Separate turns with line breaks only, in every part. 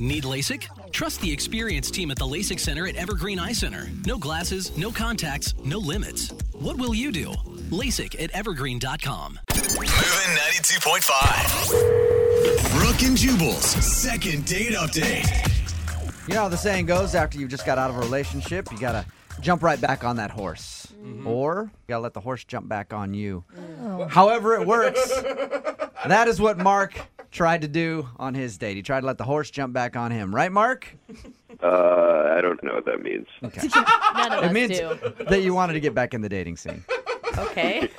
Need LASIK? Trust the experienced team at the LASIK Center at Evergreen Eye Center. No glasses, no contacts, no limits. What will you do? LASIK at evergreen.com.
Moving 92.5. Brooke and Jubal's second date update.
You know how the saying goes after you've just got out of a relationship, you gotta jump right back on that horse. Or you gotta let the horse jump back on you. Oh. However, it works. that is what Mark tried to do on his date. He tried to let the horse jump back on him. Right, Mark?
Uh, I don't know what that means.
None of
It
us
means
do.
that you wanted to get back in the dating scene.
Okay.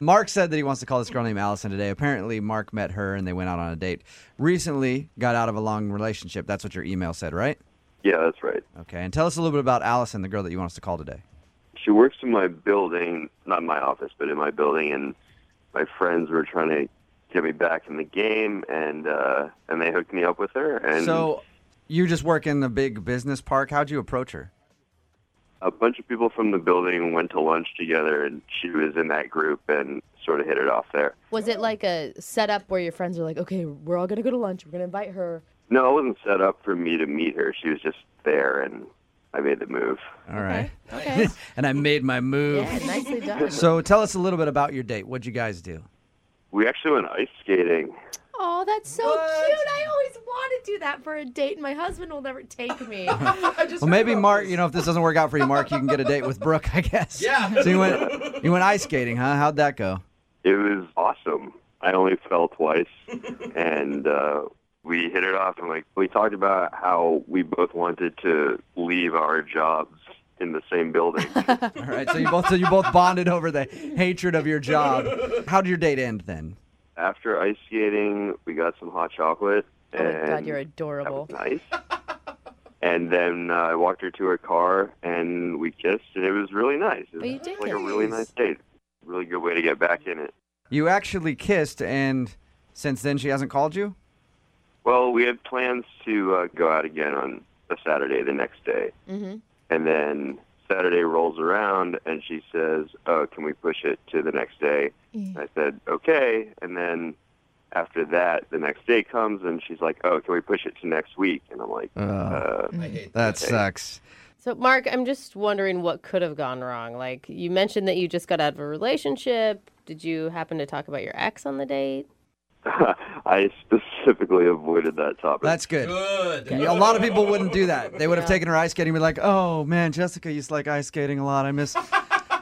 Mark said that he wants to call this girl named Allison today. Apparently, Mark met her and they went out on a date. Recently, got out of a long relationship. That's what your email said, right?
Yeah, that's right.
Okay. And tell us a little bit about Allison, the girl that you want us to call today.
She works in my building, not in my office, but in my building, and my friends were trying to get me back in the game, and uh, and they hooked me up with her. And
So, you just work in the big business park. How'd you approach her?
a bunch of people from the building went to lunch together, and she was in that group, and sort of hit it off there.
Was it like a setup where your friends were like, okay, we're all going to go to lunch. We're going to invite her.
No, it wasn't set up for me to meet her. She was just there, and I made the move.
All right.
Okay.
and I made my move.
Yeah, nicely done.
So, tell us a little bit about your date. What'd you guys do?
We actually went ice skating.
Oh, that's so cute. I always want to do that for a date. and My husband will never take me.
Well, maybe Mark. You know, if this doesn't work out for you, Mark, you can get a date with Brooke, I guess.
Yeah.
So you went, you went ice skating, huh? How'd that go?
It was awesome. I only fell twice, and uh, we hit it off. And like we talked about how we both wanted to leave our jobs in the same building.
All right. So you both, so you both bonded over the hatred of your job. How'd your date end then?
After ice skating, we got some hot chocolate.
oh my
and
God, you're
that
adorable.
was nice. and then uh, I walked her to her car, and we kissed, and it was really nice. It was
Oh, you did
like a
kiss.
really nice date. Really good way to get back in it.
You actually kissed, and since then she hasn't called you.
Well, we had plans to uh, go out again on a Saturday the next day.
Mhm.
And then Saturday rolls around and she says, Oh, can we push it to the next day? And I said, Okay. And then after that, the next day comes and she's like, Oh, can we push it to next week? And I'm like, uh,
I hate
That
Okay.
sucks.
So, Mark, I'm just wondering what could have gone wrong. Like, you mentioned that you just got out of a relationship. Did you happen to talk about your ex on the date?
I specifically avoided that topic.
That's good.
Good.
Yeah, A lot of people wouldn't do that. They would have taken her ice skating and be like, oh man, Jessica used to like ice skating a lot. I miss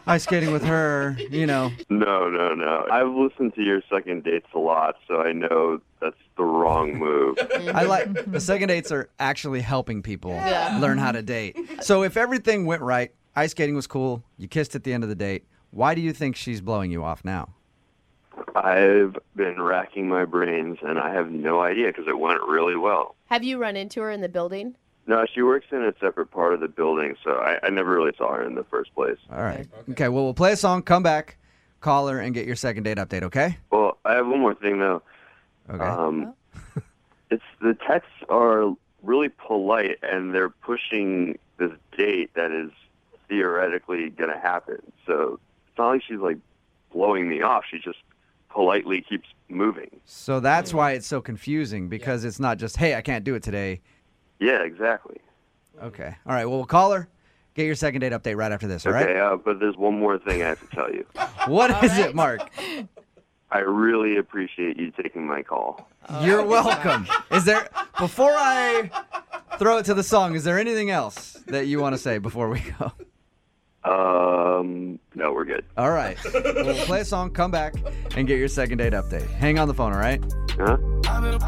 ice skating with her, you know.
no, no, no. I've listened to your second dates a lot, so I know that's the wrong move.
I like the second dates are actually helping people learn how to date. So if everything went right, ice skating was cool, you kissed at the end of the date, why do you think she's blowing you off now?
I've been racking my brains, and I have no idea because it went really well.
Have you run into her in the building?
No, she works in a separate part of the building, so I, I never really saw her in the first place.
All right. Okay. well, we'll play a song, come back, call her, and get your second date update, okay?
Well, I have one more thing though.
Okay.
Um, it's the texts are really polite, and they're pushing this date that is theoretically going to happen. So it's not like she's like blowing me off. She just politely keeps moving.
so that's why it's so confusing because it's not just, hey, I can't do it today.
Yeah, exactly.
Okay. All right. Well, we'll call her. Get your second date update right after this. All right.
Okay, uh, but there's one more thing I have to tell you.
What is it, Mark?
I really appreciate you taking my call.
You're welcome. Is there before I throw it to the song? Is there anything else that you want to say before we go?
Um, no, we're good.
All right. We'll play a song, come back, and get your second date update. Hang on the phone. All right.
Huh?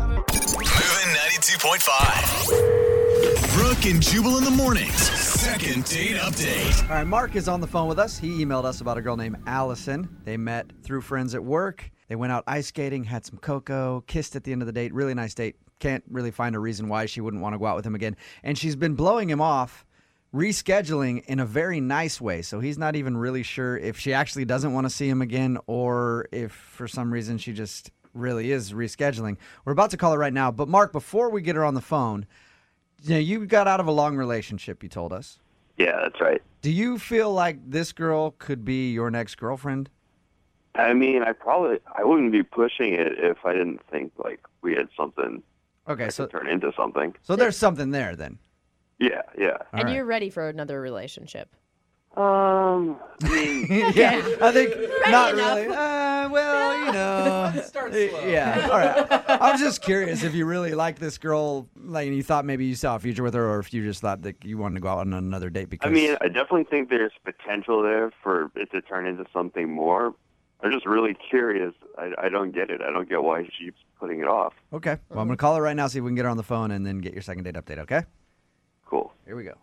Moving 92.5. Brooke and Jubal in the mornings. Second date update.
All right. Mark is on the phone with us. He emailed us about a girl named Allison. They met through friends at work. They went out ice skating, had some cocoa, kissed at the end of the date. Really nice date. Can't really find a reason why she wouldn't want to go out with him again. And she's been blowing him off. rescheduling in a very nice way. So he's not even really sure if she actually doesn't want to see him again or if for some reason she just really is rescheduling. We're about to call her right now. But Mark, before we get her on the phone, you, know, you got out of a long relationship, you told us.
Yeah, that's right.
Do you feel like this girl could be your next girlfriend?
I mean, I probably I wouldn't be pushing it if I didn't think like we had something
Okay,
to
so
turn into something.
so there's something there then.
Yeah, yeah.
All
and
right.
you're ready for another relationship.
Um, I mean,
yeah, I think not
enough.
really. Uh, well, you know, Uh, yeah. All right. I was just curious if you really liked this girl, like, and you thought maybe you saw a future with her, or if you just thought that you wanted to go out on another date
I
because.
mean, I definitely think there's potential there for it to turn into something more. I'm just really curious. I, I don't get it. I don't get why she keeps putting it off.
okay. Well, I'm gonna call her right now, see if we can get her on the phone, and then get your second date update. Okay.
Cool.
Here we go.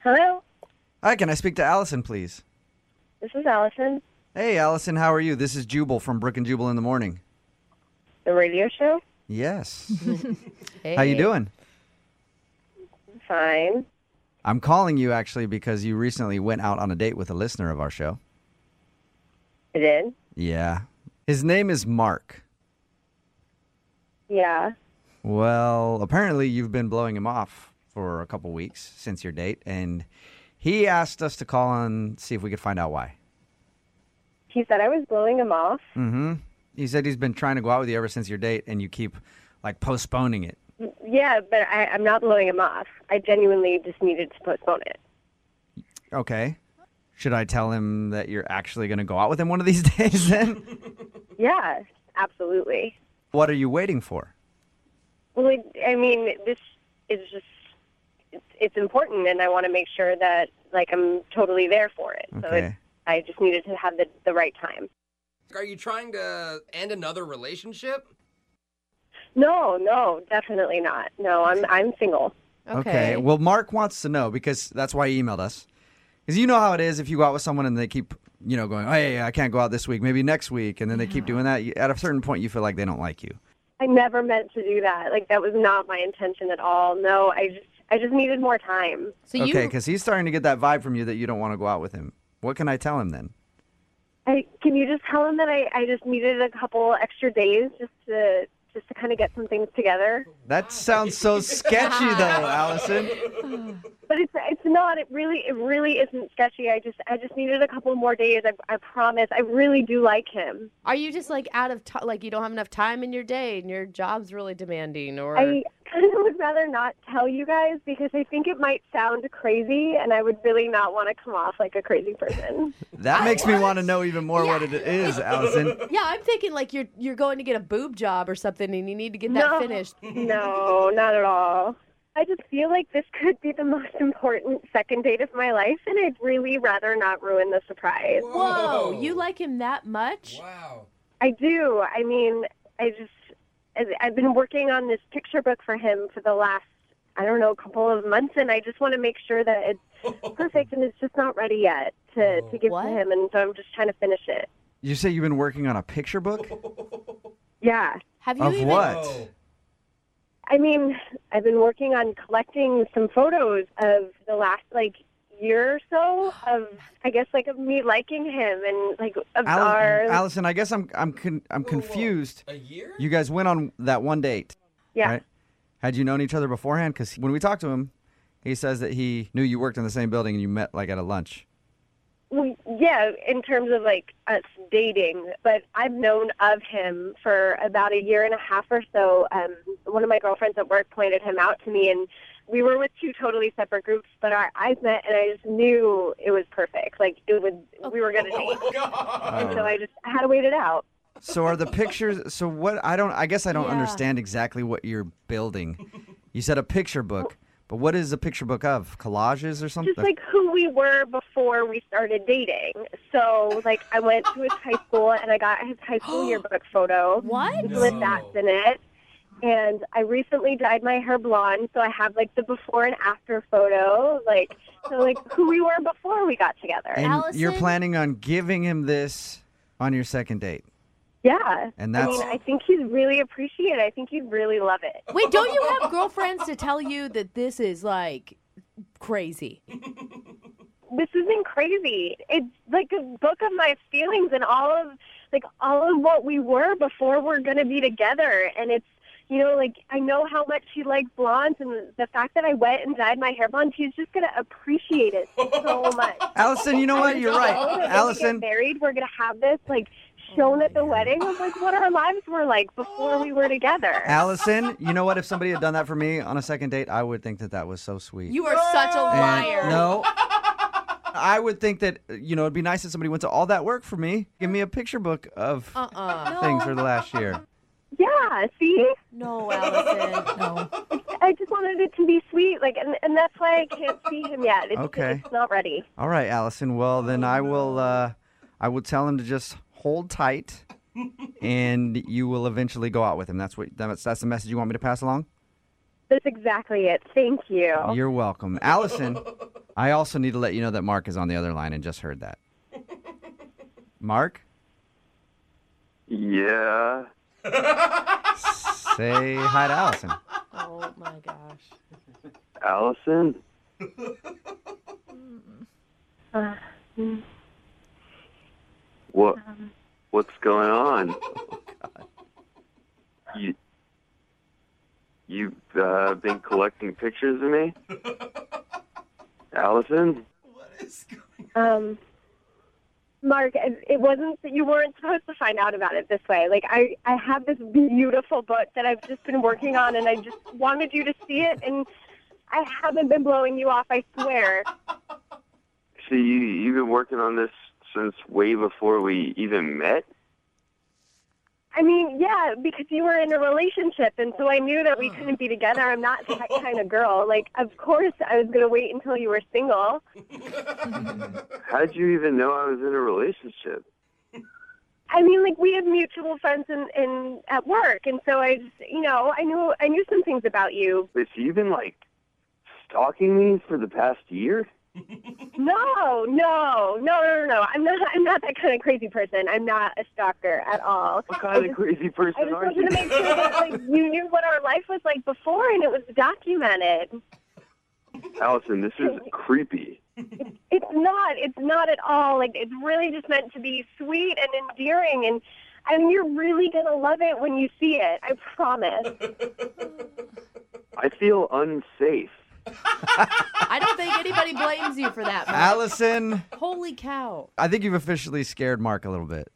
Hello,
Hi, can I speak to Allison, please?
this is Allison,
Hey, Allison, how are you? This is Jubal from Brook and Jubal in the morning.
the radio show.
Yes.
Hey,
how you doing?
Fine.
I'm calling you actually because you recently went out on a date with a listener of our show.
I did.
Yeah. His name is Mark.
Yeah.
Well, apparently you've been blowing him off for a couple weeks since your date, and he asked us to call and see if we could find out why.
He said I was blowing him off.
Mm-hmm. He said he's been trying to go out with you ever since your date, and you keep like postponing it.
Yeah, but I, I'm not blowing him off. I genuinely just needed to postpone it.
Okay. Should I tell him that you're actually going to go out with him one of these days then?
Yeah, absolutely.
what are you waiting for?
Well, it, I mean, this is just, it's, it's important, and I want to make sure that, like, I'm totally there for it. So
Okay.
it, I just needed to have the, the right time.
Are you trying to end another relationship?
No, no, definitely not. No, I'm, I'm single.
Okay.
Well, Mark wants to know because that's why he emailed us. Because you know how it is if you go out with someone and they keep, you know, going, hey, I can't go out this week, maybe next week. And then they keep doing that. you- At a certain point, you feel like they don't like you.
I never meant to do that. Like, that was not my intention at all. No, I just, I just needed more time.
so you
Okay, because he's starting to get that vibe from you that you don't want to go out with him. What can I tell him then?
I, can you just tell him that I, I just needed a couple extra days just to just to kind of get some things together?
That sounds so sketchy, though, Allison.
But it's it's not. It really it really isn't sketchy. I just I just needed a couple more days. I I promise. I really do like him.
are you just like out of t- like you don't have enough time in your day and your job's really demanding or
I kind of would rather not tell you guys because I think it might sound crazy, and I would really not want to come off like a crazy person.
That makes me want to know even more what it is, Allison.
Yeah, I'm thinking like you're you're going to get a boob job or something and you need to get that
no,
finished.
no, not at all. I just feel like this could be the most important second date of my life, and I'd really rather not ruin the surprise.
Whoa, you like him that much?
Wow.
I do. I mean, I just I- I've been working on this picture book for him for the last I don't know couple of months, and I just want to make sure that it's perfect, and it's just not ready yet to to give
What?
to him, and so I'm just trying to finish it.
You say you've been working on a picture book?
Yeah.
Have you
Of
even
what?
I mean, I've been working on collecting some photos of the last like year or so of I guess like of me liking him and like of our
Alli- Allison, I guess I'm I'm con- I'm confused.
A year?
You guys went on that one date,
yeah.
right? Had you known each other beforehand? Because when we talked to him, he says that he knew you worked in the same building and you met like at a lunch.
Well, yeah, in terms of like us dating, but I've known of him for about a year and a half or so. Um, one of my girlfriends at work pointed him out to me, and we were with two totally separate groups, but our eyes met, and I just knew it was perfect. Like it was, we were gonna date, and so I just I had to wait it out.
So are the pictures? So what? I don't. I guess I don't
Yeah.
understand exactly what you're building. You said a picture book, but what is a picture book of? Collages or something?
Just like who we were before we started dating. So like I went to his high school, and I got his high school yearbook photo.
What?
with that's in it. And I recently dyed my hair blonde, so I have like the before and after photo, like so like who we were before we got together.
and you're
Allison?
planning on giving him this on your second date,
yeah.
and
I
that's
mean, I think he'd really appreciate it. I think he'd really love it.
Wait, don't you have girlfriends to tell you that this is like crazy?
This isn't crazy. It's like a book of my feelings and all of like all of what we were before we're gonna be together and it's you know, like I know how much he likes blondes, and the fact that I went and dyed my hair blonde, he's just gonna appreciate it so much.
Allison, you know what? You're
Oh,
right.
when we
Allison,
get married, we're gonna have this like shown at the wedding of like what our lives were like before we were together.
Allison, you know what? If somebody had done that for me on a second date, I would think that that was so sweet.
You are such a
And
liar.
No. I would think that, you know, it'd be nice if somebody went to all that work for me. Give me a picture book of
Uh,
Uh-uh.
things for the last year.
Yeah, see,
No, Allison. No.
I just wanted it to be sweet, like, and, and that's why I can't see him yet. It's,
Okay.
it's not ready.
All right, Allison. Well, then I will uh, I will tell him to just hold tight and you will eventually go out with him. That's what that's, that's the message you want me to pass along?
That's exactly it. Thank you.
You're welcome. Allison, I also need to let you know that Mark is on the other line and just heard that. Mark,
Yeah.
say hi to Allison.
Oh my gosh.
Allison?
Uh,
What what's going on? You you've uh, been collecting pictures of me? Allison?
Um, Mark, it it wasn't that you weren't supposed to find out about it this way. Like I, I have this beautiful book that I've just been working on, and I just wanted you to see it. And I haven't been blowing you off. I swear.
So you you've been working on this since way before we even met?
I mean, yeah, because you were in a relationship, and so I knew that we couldn't be together. I'm not that kind of girl. Like, of course, I was gonna wait until you were single.
How did you even know I was in a relationship?
I mean, like we have mutual friends in, in at work, and so I just, you know, I knew I knew some things about you.
Wait, so you've been like stalking me for the past year?
No, no, no, no, no, no. I'm not. I'm not that kind of crazy person. I'm not a stalker at all.
What kind of crazy
I
person
just
are
wanted
you?
to make sure that like you knew what our life was like before, and it was documented.
Allison, this is creepy.
It's not. It's not at all. Like it's really just meant to be sweet and endearing, and I mean, you're really gonna love it when you see it. I promise.
I feel unsafe.
I don't think anybody blames you for that. Mark.
Allison,
Holy cow.
I think you've officially scared Mark a little bit.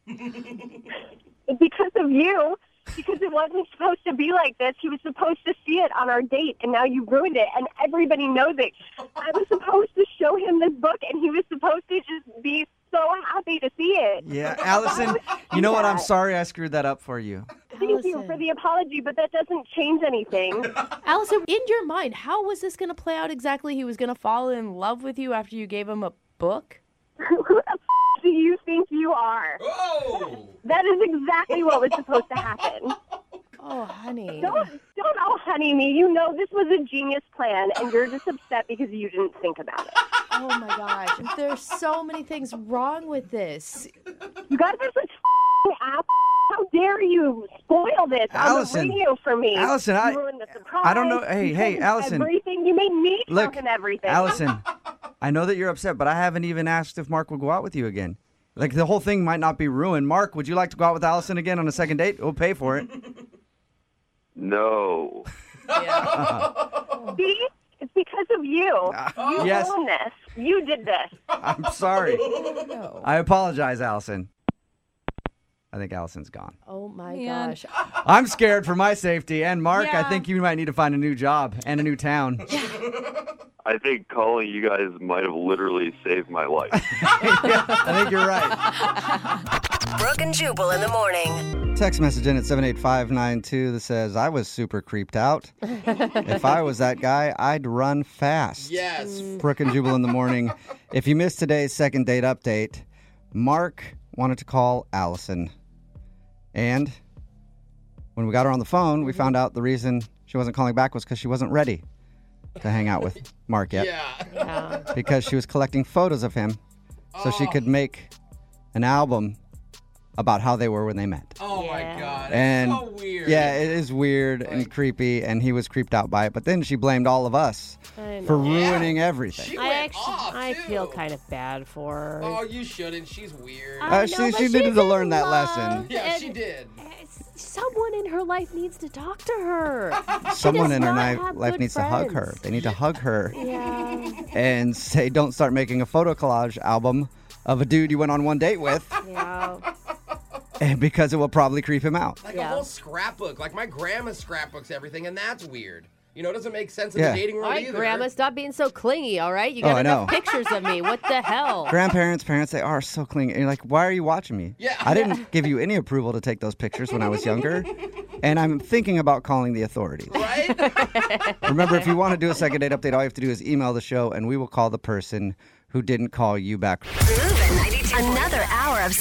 because of you because it wasn't supposed to be like this he was supposed to see it on our date and now you ruined it and everybody knows it i was supposed to show him this book and he was supposed to just be so happy to see it
Yeah, Allison, you know what? I'm sorry I screwed that up for you.
thank you for the apology but that doesn't change anything
Allison, in your mind, how was this going to play out exactly? He was going to fall in love with you after you gave him a book?
who the f- do you think you are
Whoa!
that is exactly what was supposed to happen
Oh, honey.
don't don't all honey me you know this was a genius plan and you're just upset because you didn't think about it
Oh my gosh. There's so many things wrong with this.
You guys are such f***ing ass. How dare you spoil this
Allison.
on the radio for me?
Allison, I-
you ruined the surprise.
I don't know- hey,
you
hey,
ruined
Allison.
Everything you made me
Look,
and everything.
Allison, I know that you're upset, but I haven't even asked if Mark would go out with you again. Like the whole thing might not be ruined. Mark, would you like to go out with Allison again on a second date? We'll pay for it.
No.
See, it's because of you. you
Ah, yes.
ruined this. You did this.
I'm sorry.
No.
I apologize, Allison. I think Allison's gone.
Oh my
Man.
gosh.
I'm scared for my safety. And Mark, I
Yeah.
think you might need to find a new job and a new town.
I think calling you guys might have literally saved my life.
I think you're right.
Brooke and Jubal in the morning.
Text message in at 78592 that says, I was super creeped out. if I was that guy, I'd run fast.
Yes.
Mm.
Brooke and Jubal in the morning. If you missed today's second date update, Mark wanted to call Allison. And when we got her on the phone, we found out the reason she wasn't calling back was because she wasn't ready to hang out with Mark yet.
Yeah.
Yeah.
Because she was collecting photos of him
Oh.
so she could make an album about how they were when they met.
Oh
Yeah.
my It's
and
so weird.
yeah, it is weird and creepy, and he was creeped out by it. But then she blamed all of us
I
for
know. Yeah.
ruining everything.
She
I
went
actually,
off,
I
too.
feel kind of bad for her.
Oh, you shouldn't. She's weird.
I
Uh, she-
know, but
she
she's
needed to
in
learn that
love,
lesson.
yeah,
and
she did.
s- Someone in her life needs to talk to her.
Someone
does
in her
not
knife,
have
life
good
needs to hug her.
friends.
They need to hug her
yeah,
and say, "Don't start making a photo collage album of a dude you went on one date with,
yeah.
and because it will probably creep him out."
Like a
Yeah.
whole scrapbook. Like my grandma scrapbooks everything, and that's weird. You know, it doesn't make sense in
Yeah.
the dating world
All right,
either.
Grandma, stop being so clingy. All right, you
Oh,
got
I
enough
know.
pictures of me. What the hell?
Grandparents, parents, they are so clingy. And you're like, why are you watching me?
Yeah.
I didn't give you any approval to take those pictures when I was younger. And I'm thinking about calling the authorities.
Right?
Remember, if you want to do a second date update, all you have to do is email the show and we will call the person who didn't call you back.
Moving 92. Another hour of